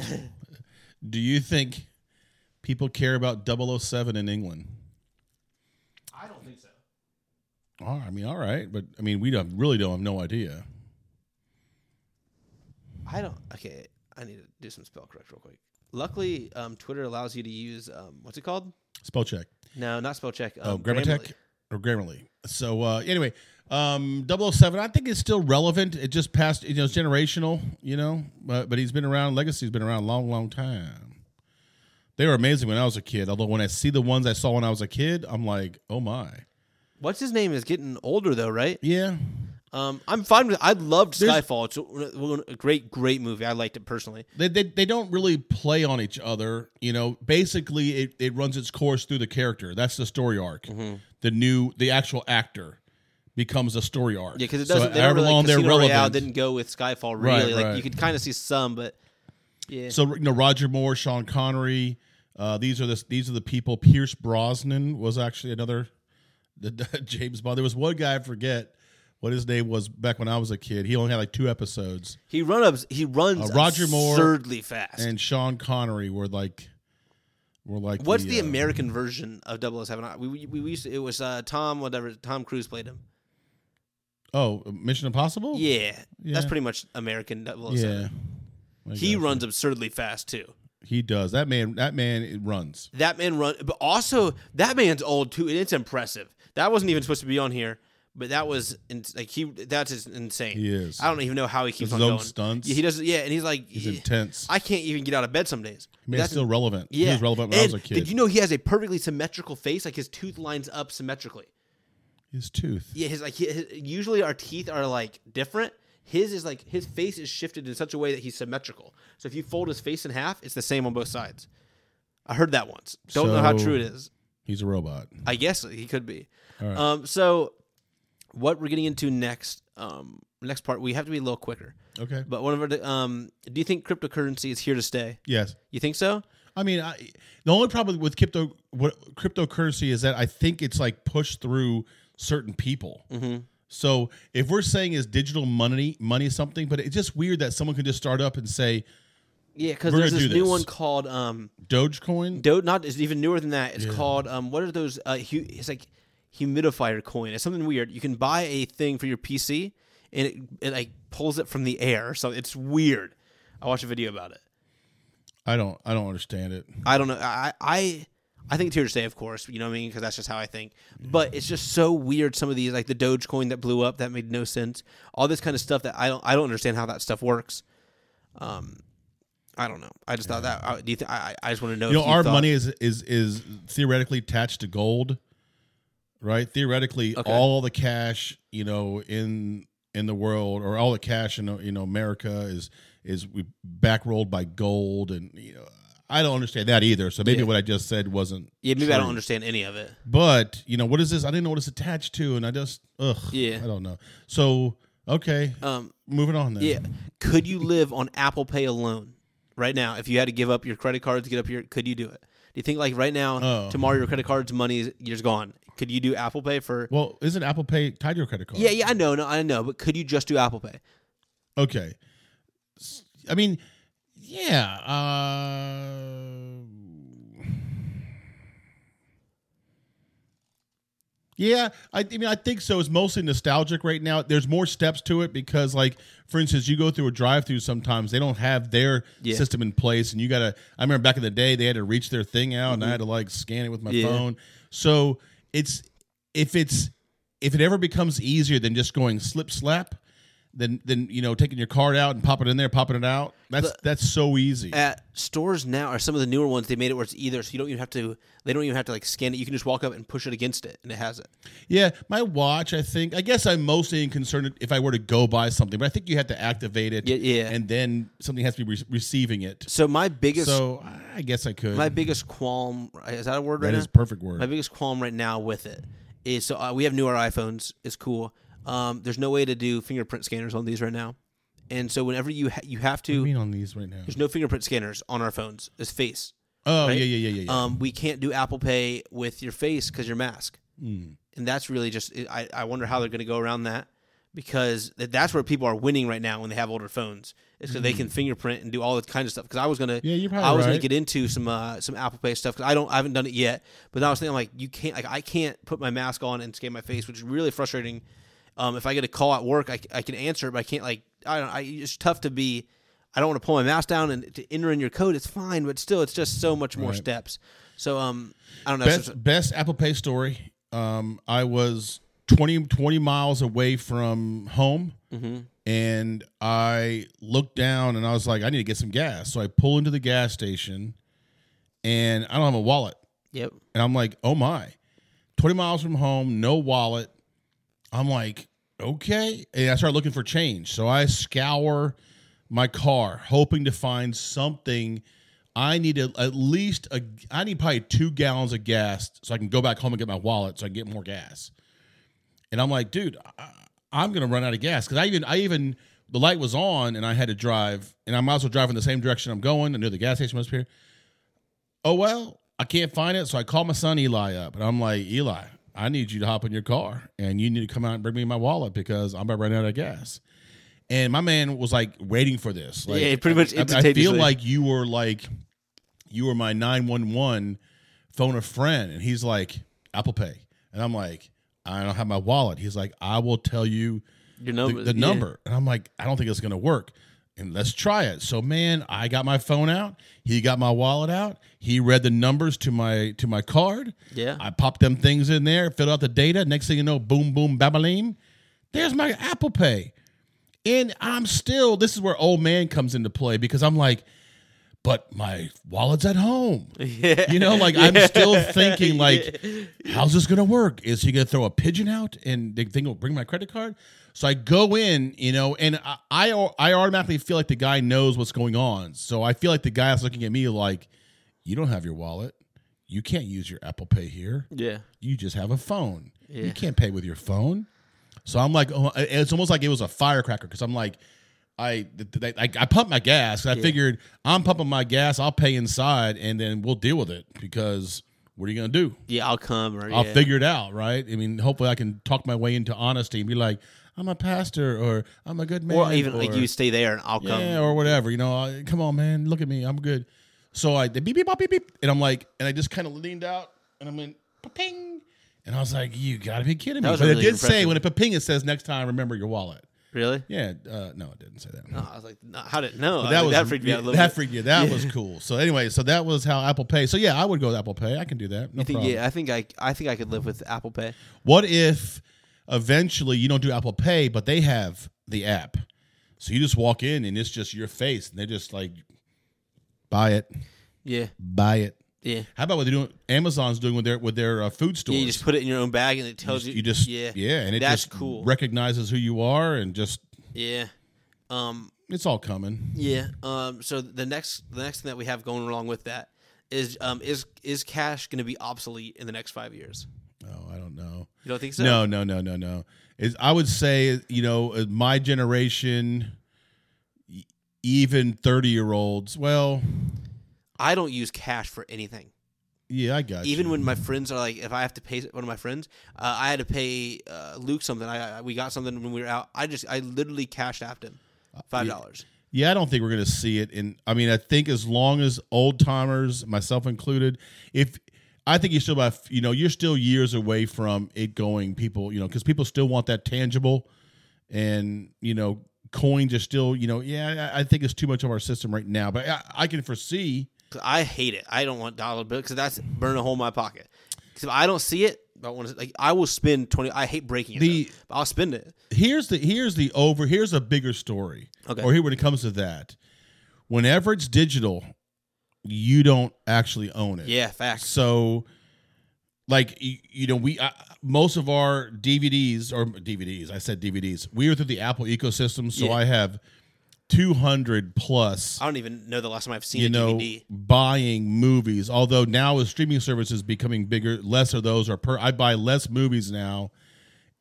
Speaker 2: do you think people care about 007 in England?
Speaker 1: I don't think so.
Speaker 2: Oh, I mean, all right, but I mean, we don't, really don't have no idea.
Speaker 1: I don't. Okay, I need to do some spell correct real quick. Luckily, um, Twitter allows you to use um, what's it called?
Speaker 2: Spell check.
Speaker 1: No, not spell check. Um,
Speaker 2: Oh, grammar
Speaker 1: Grammarly.
Speaker 2: tech or Grammarly. So uh, anyway, um, 007, I think it's still relevant. It just passed, you know, it's generational, you know, but, but he's been around, Legacy's been around a long, long time. They were amazing when I was a kid. Although when I see the ones I saw when I was a kid, I'm like, oh my.
Speaker 1: What's his name is getting older though, right?
Speaker 2: Yeah.
Speaker 1: Um, I'm fine with. I loved
Speaker 2: There's-
Speaker 1: Skyfall. It's a, a great, great movie. I liked it personally.
Speaker 2: They, they, they don't really play on each other. You know, basically it, it runs its course through the character. That's the story arc.
Speaker 1: Mm-hmm.
Speaker 2: The new, the actual actor becomes a story arc.
Speaker 1: Yeah, because it
Speaker 2: So
Speaker 1: doesn't. they don't
Speaker 2: however
Speaker 1: really,
Speaker 2: long they're
Speaker 1: Casino Royale
Speaker 2: relevant-
Speaker 1: didn't go with Skyfall
Speaker 2: Right,
Speaker 1: really. like
Speaker 2: right.
Speaker 1: you could kind of see some, but yeah.
Speaker 2: So you know, Roger Moore, Sean Connery, uh, these are the these are the people. Pierce Brosnan was actually another the, the James Bond. There was one guy I forget what his name was back when I was a kid. He only had like two episodes.
Speaker 1: he run ups. He runs
Speaker 2: Uh, Roger Moore
Speaker 1: absurdly fast.
Speaker 2: And Sean Connery were like were like
Speaker 1: What's the
Speaker 2: uh,
Speaker 1: American version of 007? I- We we, we used to, it was uh, Tom whatever Tom Cruise played him.
Speaker 2: oh Mission Impossible?
Speaker 1: Yeah, that's
Speaker 2: Yeah.
Speaker 1: pretty much American 007.
Speaker 2: yeah. I
Speaker 1: He
Speaker 2: guess.
Speaker 1: runs absurdly fast too.
Speaker 2: He does that man. That man it runs.
Speaker 1: That man run, but also that man's old too, and it's impressive. That wasn't even supposed to be on here, but that was in, like he. That's just insane.
Speaker 2: He is.
Speaker 1: I don't even know how he keeps
Speaker 2: His
Speaker 1: on
Speaker 2: own
Speaker 1: going.
Speaker 2: stunts.
Speaker 1: Yeah, he does. Yeah, and he's like,
Speaker 2: He's
Speaker 1: he-
Speaker 2: intense.
Speaker 1: I can't even get out of bed some days.
Speaker 2: I mean, it's
Speaker 1: That's-
Speaker 2: still relevant.
Speaker 1: yeah.
Speaker 2: He was relevant when I
Speaker 1: And
Speaker 2: was a kid.
Speaker 1: Did you know he has a perfectly symmetrical face? Like his tooth lines up symmetrically.
Speaker 2: his tooth.
Speaker 1: Yeah, his like his, usually our teeth are like different. His is like his face is shifted in such a way that he's symmetrical. So if you fold his face in half, it's the same on both sides. I heard that once. Don't know how
Speaker 2: So-
Speaker 1: true it is.
Speaker 2: He's a robot.
Speaker 1: I guess he could be.
Speaker 2: right.
Speaker 1: Um, so what we're getting into next, um, next part, we have to be a little quicker.
Speaker 2: Okay.
Speaker 1: But one of our, di- um, do you think cryptocurrency is here to stay?
Speaker 2: Yes.
Speaker 1: You think so?
Speaker 2: I mean, I, the only problem with crypto what, cryptocurrency is that I think it's like pushed through certain people.
Speaker 1: Mm-hmm.
Speaker 2: So if we're saying is digital money money something, but it's just weird that someone can just start up and say,
Speaker 1: Yeah, because
Speaker 2: We're
Speaker 1: there's
Speaker 2: gonna
Speaker 1: this
Speaker 2: do
Speaker 1: new
Speaker 2: this.
Speaker 1: one called um,
Speaker 2: Dogecoin.
Speaker 1: Do- not it's even newer than that. It's called um, what are those? Uh, hu- it's like humidifier coin. It's something weird. You can buy a thing for your PC, and it, it like pulls it from the air. So it's weird. I watched a video about it.
Speaker 2: I don't. I don't understand it.
Speaker 1: I don't know. I I I think it's here to stay, of course. You know what I mean? Because that's just how I think. But it's just so weird. Some of these, like the Dogecoin that blew up, that made no sense. All this kind of stuff that I don't I don't understand how that stuff works. Um, I don't know. I just thought that. I, do you think? I I I just want to know.
Speaker 2: You know,
Speaker 1: if
Speaker 2: our
Speaker 1: thought-
Speaker 2: money is is is theoretically attached to gold, right? Theoretically, all the cash you know in in the world, or all the cash in you know America is is we backrolled by gold, and you know I don't understand that either. So maybe what I just said wasn't.
Speaker 1: Yeah, maybe I
Speaker 2: true.
Speaker 1: don't understand any of it.
Speaker 2: But you know what is this? I didn't know what it's attached to, and I just ugh.
Speaker 1: Yeah.
Speaker 2: I don't know. So okay,
Speaker 1: Um,
Speaker 2: moving on then.
Speaker 1: yeah. Could you live on Apple Pay alone right now? If you had to give up your credit cards, get up your, could you do it? Do you think like right now,
Speaker 2: Oh.
Speaker 1: tomorrow your credit card's money is you're just gone? Could you do Apple Pay for?
Speaker 2: Well, isn't Apple Pay tied to your credit card?
Speaker 1: yeah, yeah, I know, no, I know, but could you just do Apple Pay?
Speaker 2: Okay. S- I mean, yeah. Uh, yeah, I, I mean, I think so. It's mostly nostalgic right now. There's more steps to it because, like, for instance, you go through a drive-through sometimes they don't have their
Speaker 1: Yeah.
Speaker 2: system in place, and you gotta. I remember back in the day they had to reach their thing out, and I had to like scan it with my
Speaker 1: Mm-hmm. Yeah.
Speaker 2: phone. So it's if it's if it ever becomes easier than just going slip slap, then then you know taking your card out and popping it in there, popping it out. That's that's so easy.
Speaker 1: At stores now, or some of the newer ones, they made it where it's either, so you don't even have to, they don't even have to like scan it. You can just walk up and push it against it, and it has it.
Speaker 2: Yeah, my watch. I think. I guess I'm mostly concerned if I were to go buy something, but I think you have to activate it.
Speaker 1: Yeah, yeah.
Speaker 2: And then something has to be re- receiving it.
Speaker 1: So my biggest,
Speaker 2: So I guess I could.
Speaker 1: my biggest qualm is that a word right
Speaker 2: that
Speaker 1: now?
Speaker 2: is a perfect
Speaker 1: My
Speaker 2: word.
Speaker 1: biggest qualm right now with it is so uh, we have newer iPhones. It's cool. Um, there's no way to do fingerprint scanners on these right now, and so whenever you ha- you have
Speaker 2: I
Speaker 1: to,
Speaker 2: mean on these right now.
Speaker 1: there's no fingerprint scanners on our phones. It's face.
Speaker 2: Oh yeah, yeah, yeah, yeah. yeah.
Speaker 1: Um, we can't do Apple Pay with your face because your mask,
Speaker 2: Hmm.
Speaker 1: and that's really just. I I wonder how they're going to go around that because th- that's where people are winning right now when they have older phones. It's because they can fingerprint and do all that kind of stuff. Because I was gonna,
Speaker 2: Hmm. Yeah, you're probably
Speaker 1: I was gonna
Speaker 2: right.
Speaker 1: get into some uh, some Apple Pay stuff because I don't, I haven't done it yet. But then I was thinking like, you can't, like I can't put my mask on and scan my face, which is really frustrating. Um, if I get a call at work, I, c- I can answer, it, but I can't like, I don't, I it's tough to be. I don't want to pull my mask down and to enter in your code. It's fine, but still, it's just so much more steps. So um, I don't know.
Speaker 2: best
Speaker 1: so-
Speaker 2: best Apple Pay story. Um, I was 20, 20 miles away from home,
Speaker 1: Mm-hmm.
Speaker 2: and I looked down and I was like, I need to get some gas. So I pull into the gas station, and I don't have a wallet.
Speaker 1: yep.
Speaker 2: And I'm like, oh my, 20 miles from home, no wallet. I'm like, okay. And I start looking for change. So I scour my car, hoping to find something. I need a, at least a, I need probably two gallons of gas so I can go back home and get my wallet so I can get more gas. And I'm like, dude, I, I'm gonna run out of gas because I even I even the light was on and I had to drive and I might as well drive in the same direction I'm going. I knew the gas station was here. Oh well, I can't find it, so I call my son Eli up and I'm like, Eli, I need you to hop in your car and you need to come out and bring me my wallet because I'm about to run out of gas. And my man was like waiting for this. Like,
Speaker 1: Yeah, pretty much
Speaker 2: I- I, feel
Speaker 1: instantaneously.
Speaker 2: like you were like you were my nine one one phone a friend and he's like apple pay and i'm like i don't have my wallet he's like i will tell you
Speaker 1: Your
Speaker 2: the,
Speaker 1: number.
Speaker 2: the
Speaker 1: yeah.
Speaker 2: number and i'm like i don't think it's going to work and let's try it so man i got my phone out he got my wallet out he read the numbers to my to my card
Speaker 1: Yeah.
Speaker 2: i popped them things in there filled out the data next thing you know boom boom babalim there's my apple pay and i'm still this is where old man comes into play because i'm like but my wallet's at home
Speaker 1: Yeah.
Speaker 2: you know, like I'm still thinking, like, how's this gonna work? Is he gonna throw a pigeon out and the thing will bring my credit card? So I go in, you know, and I, I I automatically feel like the guy knows what's going on. So I feel like the guy's looking at me like, you don't have your wallet, you can't use your Apple Pay here
Speaker 1: Yeah.
Speaker 2: you just have a phone.
Speaker 1: Yeah.
Speaker 2: You can't pay with your phone. So I'm like, oh, it's almost like it was a firecracker because I'm like, I, th- th- I I pumped my gas. 'cause I figured I'm pumping my gas. I'll pay inside, and then we'll deal with it because what are you gonna do?
Speaker 1: Yeah. I'll come. Or,
Speaker 2: I'll
Speaker 1: yeah.
Speaker 2: figure it out, right? I mean, hopefully I can talk my way into honesty and be like, I'm a pastor or I'm a good man,
Speaker 1: or even like you stay there and I'll come.
Speaker 2: yeah, or whatever. You know, I, come on, man, look at me, I'm good. So I did beep beep bop, beep beep, and I'm like, and I just kind of leaned out and I'm in ping, and I was like, you gotta be kidding me.
Speaker 1: was
Speaker 2: But it
Speaker 1: really
Speaker 2: did say
Speaker 1: impressive.
Speaker 2: when it ping, it says next time remember your wallet.
Speaker 1: Really?
Speaker 2: Yeah, uh, no, it didn't say that.
Speaker 1: No, I was like, no, how did no?
Speaker 2: But
Speaker 1: I
Speaker 2: that
Speaker 1: was,
Speaker 2: was
Speaker 1: like, Oh. that freaked me out a
Speaker 2: yeah,
Speaker 1: little
Speaker 2: That
Speaker 1: bit.
Speaker 2: freaked you. That was cool. So anyway, so that was how Apple Pay. So yeah, I would go with Apple Pay. I can do that. No
Speaker 1: I think,
Speaker 2: problem.
Speaker 1: yeah, I think I I think I could live with Apple Pay.
Speaker 2: What if eventually you don't do Apple Pay, but they have the app, so you just walk in and it's just your face, and they're just like, buy it,
Speaker 1: Yeah,
Speaker 2: buy it.
Speaker 1: yeah.
Speaker 2: How about what they're doing? Amazon's doing with their with their uh, food stores.
Speaker 1: Yeah, you just put it in your own bag and it tells you.
Speaker 2: You just-
Speaker 1: yeah,
Speaker 2: and it
Speaker 1: That's
Speaker 2: just
Speaker 1: cool.
Speaker 2: recognizes who you are, and just
Speaker 1: yeah. Um,
Speaker 2: it's all coming.
Speaker 1: Yeah. Um. So the next the next thing that we have going along with that is um is is cash going to be obsolete in the next five years?
Speaker 2: Oh, I don't know.
Speaker 1: You don't think so?
Speaker 2: No, no, no, no, no. Is I would say you know uh, my generation, e- even thirty year olds. Well,
Speaker 1: I don't use cash for anything.
Speaker 2: yeah, I got
Speaker 1: Even
Speaker 2: you.
Speaker 1: when my friends are like, if I have to pay one of my friends, uh, I had to pay uh, Luke something. I, I we got something when we were out. I just I literally cashed apped him five dollars.
Speaker 2: Yeah, I don't think we're gonna see it. And I mean, I think as long as old timers, myself included, if I think you're still about you know you're still years away from it going people you know because people still want that tangible, and you know coins are still you know yeah I I think it's too much of our system right now, but I, I can foresee.
Speaker 1: 'Cause I hate it. I don't want dollar bills because that's burn a hole in my pocket. 'Cause if I don't see it, I want to like I will spend twenty. I hate breaking it.
Speaker 2: The-
Speaker 1: though, but I'll spend it.
Speaker 2: here's the here's the over here's a bigger story.
Speaker 1: Okay.
Speaker 2: Or here when it comes to that, whenever it's digital, you don't actually own it.
Speaker 1: Yeah, facts.
Speaker 2: So, like you, you know, we uh, most of our DVDs or DVDs. I said DVDs. We are through the Apple ecosystem, so
Speaker 1: Yeah.
Speaker 2: I have two hundred plus.
Speaker 1: I don't even know the last time I've seen
Speaker 2: You
Speaker 1: a
Speaker 2: know,
Speaker 1: DVD.
Speaker 2: buying movies. Although now with streaming services becoming bigger, less of those are per. I buy less movies now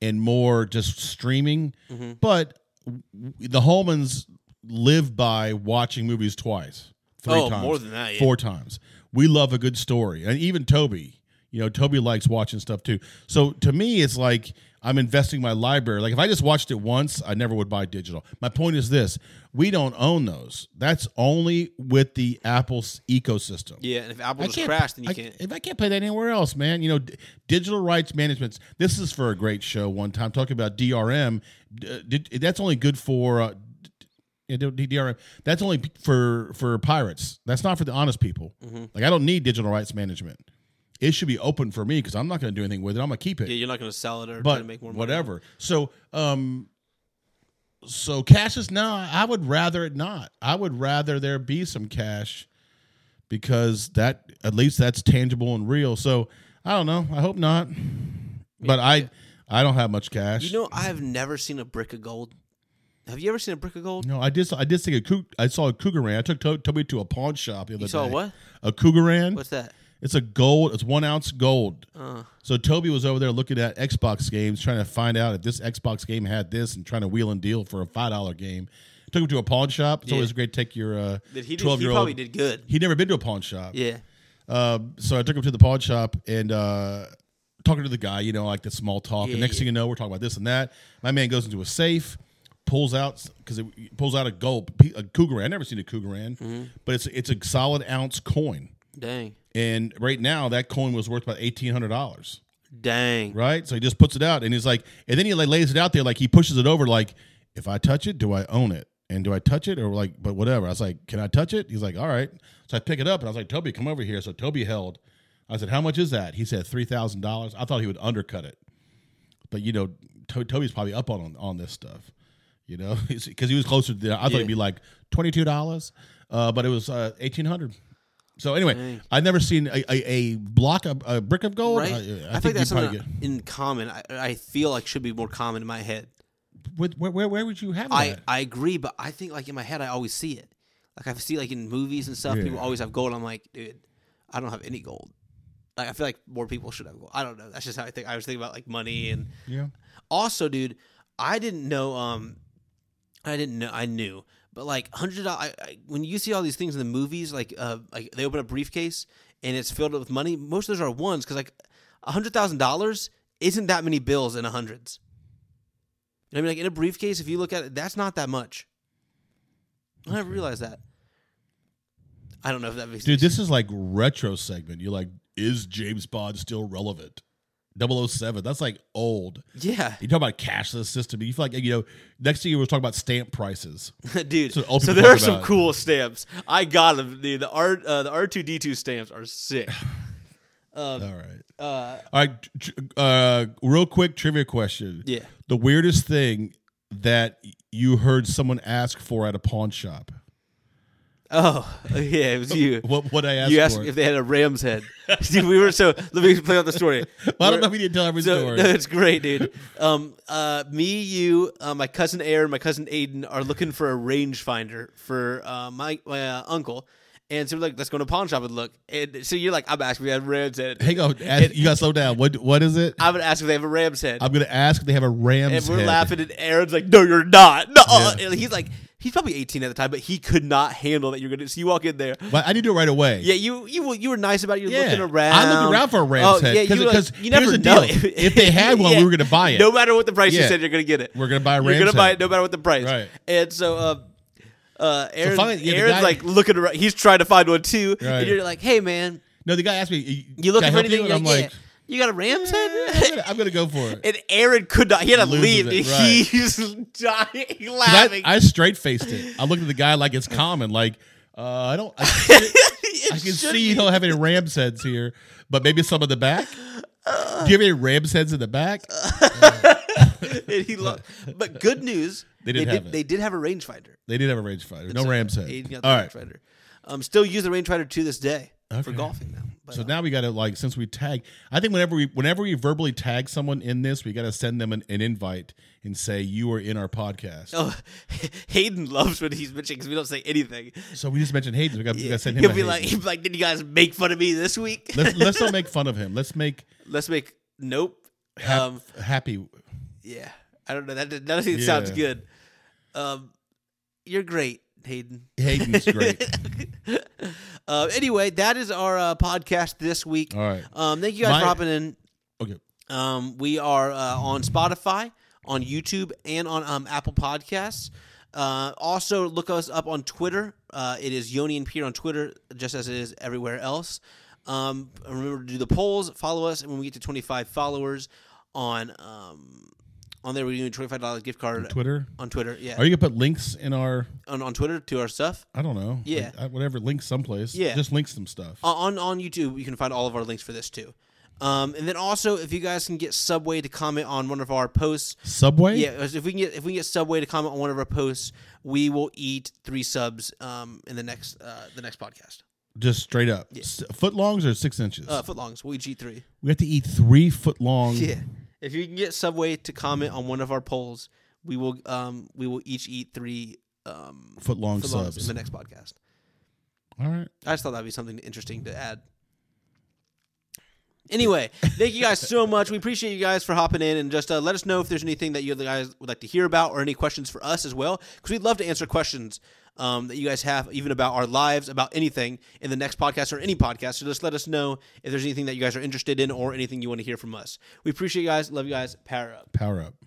Speaker 2: and more just streaming.
Speaker 1: Mm-hmm.
Speaker 2: But w- the Holmans live by watching movies twice, three
Speaker 1: Oh,
Speaker 2: times,
Speaker 1: more than that, yeah.
Speaker 2: four times. We love a good story, and even Toby. You know, Toby likes watching stuff too. So to me, it's like I'm investing my library. Like if I just watched it once, I never would buy digital. My point is this: we don't own those. That's only with the Apple's ecosystem.
Speaker 1: Yeah, and if Apple
Speaker 2: I
Speaker 1: just
Speaker 2: can't-
Speaker 1: crashed, then you
Speaker 2: I-
Speaker 1: can't.
Speaker 2: If I can't play that anywhere else, man, you know, d- digital rights management. This is for a great show one time talking about DRM. D- d- that's only good for uh, d- d- d- DRM. That's only p- for for pirates. That's not for the honest people.
Speaker 1: Mm-hmm.
Speaker 2: Like I don't need digital rights management. It should be open for me because I'm not going to do anything with it. I'm going to keep it
Speaker 1: Yeah, you're not going to sell it or try
Speaker 2: but
Speaker 1: to make more money.
Speaker 2: whatever. So, um, so cash is no. I would rather it not. I would rather there be some cash because that at least that's tangible and real. So I don't know. I hope not, but I I don't have much cash.
Speaker 1: You know, I've never seen a brick of gold. Have you ever seen a brick of gold?
Speaker 2: no, I did. I did see a coo- I saw a cougaran. I took To- Toby to a pawn shop the other day.
Speaker 1: You saw what?
Speaker 2: A cougaran.
Speaker 1: What's that?
Speaker 2: It's a gold. It's one ounce gold.
Speaker 1: Uh.
Speaker 2: So Toby was over there looking at Xbox games, trying to find out if this Xbox game had this, and trying to wheel and deal for a five dollar game. Took him to a pawn shop. It's
Speaker 1: Yeah.
Speaker 2: always great to take your uh,
Speaker 1: Did he? Do,
Speaker 2: twelve
Speaker 1: he
Speaker 2: year old.
Speaker 1: probably did good.
Speaker 2: He'd never been to a pawn shop.
Speaker 1: Yeah.
Speaker 2: Um, so I took him to the pawn shop and uh, talking to the guy, you know, like the small talk.
Speaker 1: Yeah,
Speaker 2: and next
Speaker 1: yeah.
Speaker 2: thing you know, we're talking about this and that. My man goes into a safe, pulls out because it pulls out a gold a cougaran. I never seen a cougaran,
Speaker 1: Mm-hmm.
Speaker 2: but it's it's a solid ounce coin.
Speaker 1: Dang.
Speaker 2: And right now, that coin was worth about eighteen hundred dollars,
Speaker 1: Dang.
Speaker 2: right? So he just puts it out, and he's like, and then he like lays it out there, like he pushes it over, like if I touch it, do I own it? And do I touch it or like, but whatever? I was like, can I touch it? He's like, all right. So I pick it up, and I was like, Toby, come over here. So Toby held. I said, how much is that? He said three thousand dollars. I thought he would undercut it, but you know, to- Toby's probably up on on this stuff, you know, because he was closer. To the, I thought
Speaker 1: Yeah.
Speaker 2: he'd be like twenty two dollars, uh, but it was uh, eighteen hundred. So anyway, I've never seen a, a, a block of a brick of gold.
Speaker 1: Right.
Speaker 2: I, I think,
Speaker 1: that's
Speaker 2: you probably
Speaker 1: something in common. I, I feel like should be more common in my head.
Speaker 2: get. With, where, where where would you have
Speaker 1: I
Speaker 2: that?
Speaker 1: I agree, but I think like in my head I always see it. Like I see like in movies and stuff,
Speaker 2: Yeah.
Speaker 1: people always have gold. I'm like, dude, I don't have any gold. Like I feel like more people should have gold. I don't know. That's just how I think. I was thinking about like money and
Speaker 2: yeah.
Speaker 1: Also, dude, I didn't know. Um, I didn't know. I knew, but like hundred dollars. When you see all these things in the movies, like uh, like they open a briefcase and it's filled up with money. Most of those are ones because like hundred thousand dollars isn't that many bills in the hundreds. You know what I mean, like in a briefcase, if you look at it, that's not that much. I never realized that. I don't know if that makes
Speaker 2: Dude, this is like retro segment. You're like, is James Bond still relevant? 007. That's like old.
Speaker 1: Yeah,
Speaker 2: You talk about cashless system. You feel like you know. Next thing you were talking about stamp prices.
Speaker 1: dude.
Speaker 2: So all
Speaker 1: So,
Speaker 2: people
Speaker 1: there are
Speaker 2: talk
Speaker 1: some
Speaker 2: about.
Speaker 1: cool stamps. I got them. Dude. The R uh, the R two D two stamps are sick.
Speaker 2: All right.
Speaker 1: Uh,
Speaker 2: All right. tr- Uh, real quick trivia question.
Speaker 1: Yeah.
Speaker 2: The weirdest thing that you heard someone ask for at a pawn shop.
Speaker 1: oh yeah, it was you.
Speaker 2: What would I ask
Speaker 1: you asked
Speaker 2: for?
Speaker 1: if they had a ram's head. Dude, we were so. Let me play out the story.
Speaker 2: well, I don't
Speaker 1: We're-
Speaker 2: know if you didn't tell every
Speaker 1: So,
Speaker 2: story.
Speaker 1: no, it's great, dude. Um, uh, me, you, uh, my cousin Aaron, my cousin Aiden are looking for a rangefinder for uh, my my uh, uncle, and so we're like, let's go to a pawn shop and look. And so you're like, I'm asking if they have ram's head.
Speaker 2: Hang on. Ask,
Speaker 1: It-
Speaker 2: you got to slow down. What What is it? I,
Speaker 1: I'm gonna ask if they have a ram's head.
Speaker 2: am going to ask if they have a ram's
Speaker 1: and we're
Speaker 2: head.
Speaker 1: laughing, and Aaron's like, "No, you're not." No,
Speaker 2: Yeah.
Speaker 1: and he's like, he's probably 18 at the time, but he could not handle that. You're gonna, so you walk in there.
Speaker 2: But I need to do it right away.
Speaker 1: Yeah, you you were- you were nice about it. you're
Speaker 2: Yeah.
Speaker 1: looking around. Oh,
Speaker 2: I looked around for a ram's head, 'cause-
Speaker 1: you were
Speaker 2: 'cause
Speaker 1: you never
Speaker 2: here's the
Speaker 1: know.
Speaker 2: deal. If they had one, we were gonna buy it.
Speaker 1: No matter what the price
Speaker 2: Yeah.
Speaker 1: you said, you're gonna get it.
Speaker 2: We're gonna buy a
Speaker 1: You're
Speaker 2: ram's
Speaker 1: gonna buy
Speaker 2: head.
Speaker 1: it no matter what the price.
Speaker 2: Right.
Speaker 1: And so, um, uh, Aaron,
Speaker 2: finally, yeah, the
Speaker 1: Aaron's
Speaker 2: guy-
Speaker 1: like looking around. He's trying to find one too.
Speaker 2: Right.
Speaker 1: And you're like, hey man,
Speaker 2: No, the guy asked me. "Y-
Speaker 1: you
Speaker 2: can I
Speaker 1: looking for
Speaker 2: help
Speaker 1: anything?
Speaker 2: you?"
Speaker 1: You're
Speaker 2: And I'm
Speaker 1: like,
Speaker 2: like,
Speaker 1: "Yeah." you got a ram's
Speaker 2: "Eh, I'm
Speaker 1: head.
Speaker 2: gonna- I'm going to go for it.
Speaker 1: And Aaron could not. He had to
Speaker 2: Loses
Speaker 1: leave.
Speaker 2: it,
Speaker 1: and
Speaker 2: right.
Speaker 1: He's dying
Speaker 2: I,
Speaker 1: laughing.
Speaker 2: I straight faced it. I looked at the guy like it's common. Like uh, I don't. I,
Speaker 1: It
Speaker 2: I can
Speaker 1: should
Speaker 2: see you
Speaker 1: be-
Speaker 2: don't have any ram's heads here, but maybe some in the back.
Speaker 1: Uh,
Speaker 2: Do you have any ram's heads in the back?
Speaker 1: and he lo- but good news.
Speaker 2: They didn't
Speaker 1: they
Speaker 2: have
Speaker 1: did,
Speaker 2: it.
Speaker 1: they did have a rangefinder.
Speaker 2: They did have a rangefinder. No ram's head.
Speaker 1: Aiden got the
Speaker 2: All right.
Speaker 1: range finder. Um, still use the range finder to this day for
Speaker 2: Okay.
Speaker 1: golfing now. But,
Speaker 2: So
Speaker 1: uh,
Speaker 2: now we got to like since we tag. I think whenever we whenever we verbally tag someone in this, we got to send them an, an invite and say you are in our podcast.
Speaker 1: oh, Hayden loves when he's bitching because we don't say anything.
Speaker 2: So we just mentioned Hayden. We got to send him.
Speaker 1: He'll
Speaker 2: a
Speaker 1: be
Speaker 2: Hayden.
Speaker 1: like, he'll be like, did you guys make fun of me this week?
Speaker 2: let's let's not make fun of him. Let's make
Speaker 1: Let's make nope.
Speaker 2: hap-
Speaker 1: Um,
Speaker 2: happy.
Speaker 1: yeah, I don't know. That that doesn't sounds
Speaker 2: Yeah.
Speaker 1: good. Um, you're great, Hayden.
Speaker 2: Hayden's great.
Speaker 1: uh, anyway, that is our uh, podcast this week.
Speaker 2: All right.
Speaker 1: Um, thank you guys for
Speaker 2: My-
Speaker 1: hopping in.
Speaker 2: Okay.
Speaker 1: Um, we are uh, on Spotify, on YouTube, and on um, Apple Podcasts. Uh, also, look us up on Twitter. Uh, it is Yoni and Peter on Twitter, just as it is everywhere else. Um, and remember to do the polls, follow us, and when we get to 25 followers on um, on there, we're doing a $25 gift card
Speaker 2: Twitter.
Speaker 1: on Twitter. Yeah,
Speaker 2: Are you gonna put links in our?
Speaker 1: on, on Twitter to our stuff.
Speaker 2: I don't know.
Speaker 1: Yeah.
Speaker 2: Like, I- whatever. Links someplace.
Speaker 1: Yeah. Um,
Speaker 2: Just link some stuff.
Speaker 1: on on YouTube, you can find all of our links for this too. Um, and then also, if you guys can get Subway to comment on one of our posts,
Speaker 2: Subway.
Speaker 1: yeah, if we can get if we can get Subway to comment on one of our posts, we will eat three subs um, in the next uh, the next podcast.
Speaker 2: Just straight up. S- Foot longs or six inches.
Speaker 1: Uh, footlongs, we each eat three.
Speaker 2: we have to eat three foot long.
Speaker 1: Yeah, if you can get Subway to comment on one of our polls, we will um, we will each eat three um,
Speaker 2: Foot long
Speaker 1: footlongs in
Speaker 2: subs.
Speaker 1: the next podcast.
Speaker 2: All right.
Speaker 1: I just thought that'd be something interesting to add. Anyway, thank you guys so much. We appreciate you guys for hopping in and just uh, let us know if there's anything that you guys would like to hear about or any questions for us as well, because we'd love to answer questions um, that you guys have, even about our lives, about anything in the next podcast or any podcast. So just let us know if there's anything that you guys are interested in or anything you want to hear from us. We appreciate you guys. Love you guys. Power up.
Speaker 2: Power up.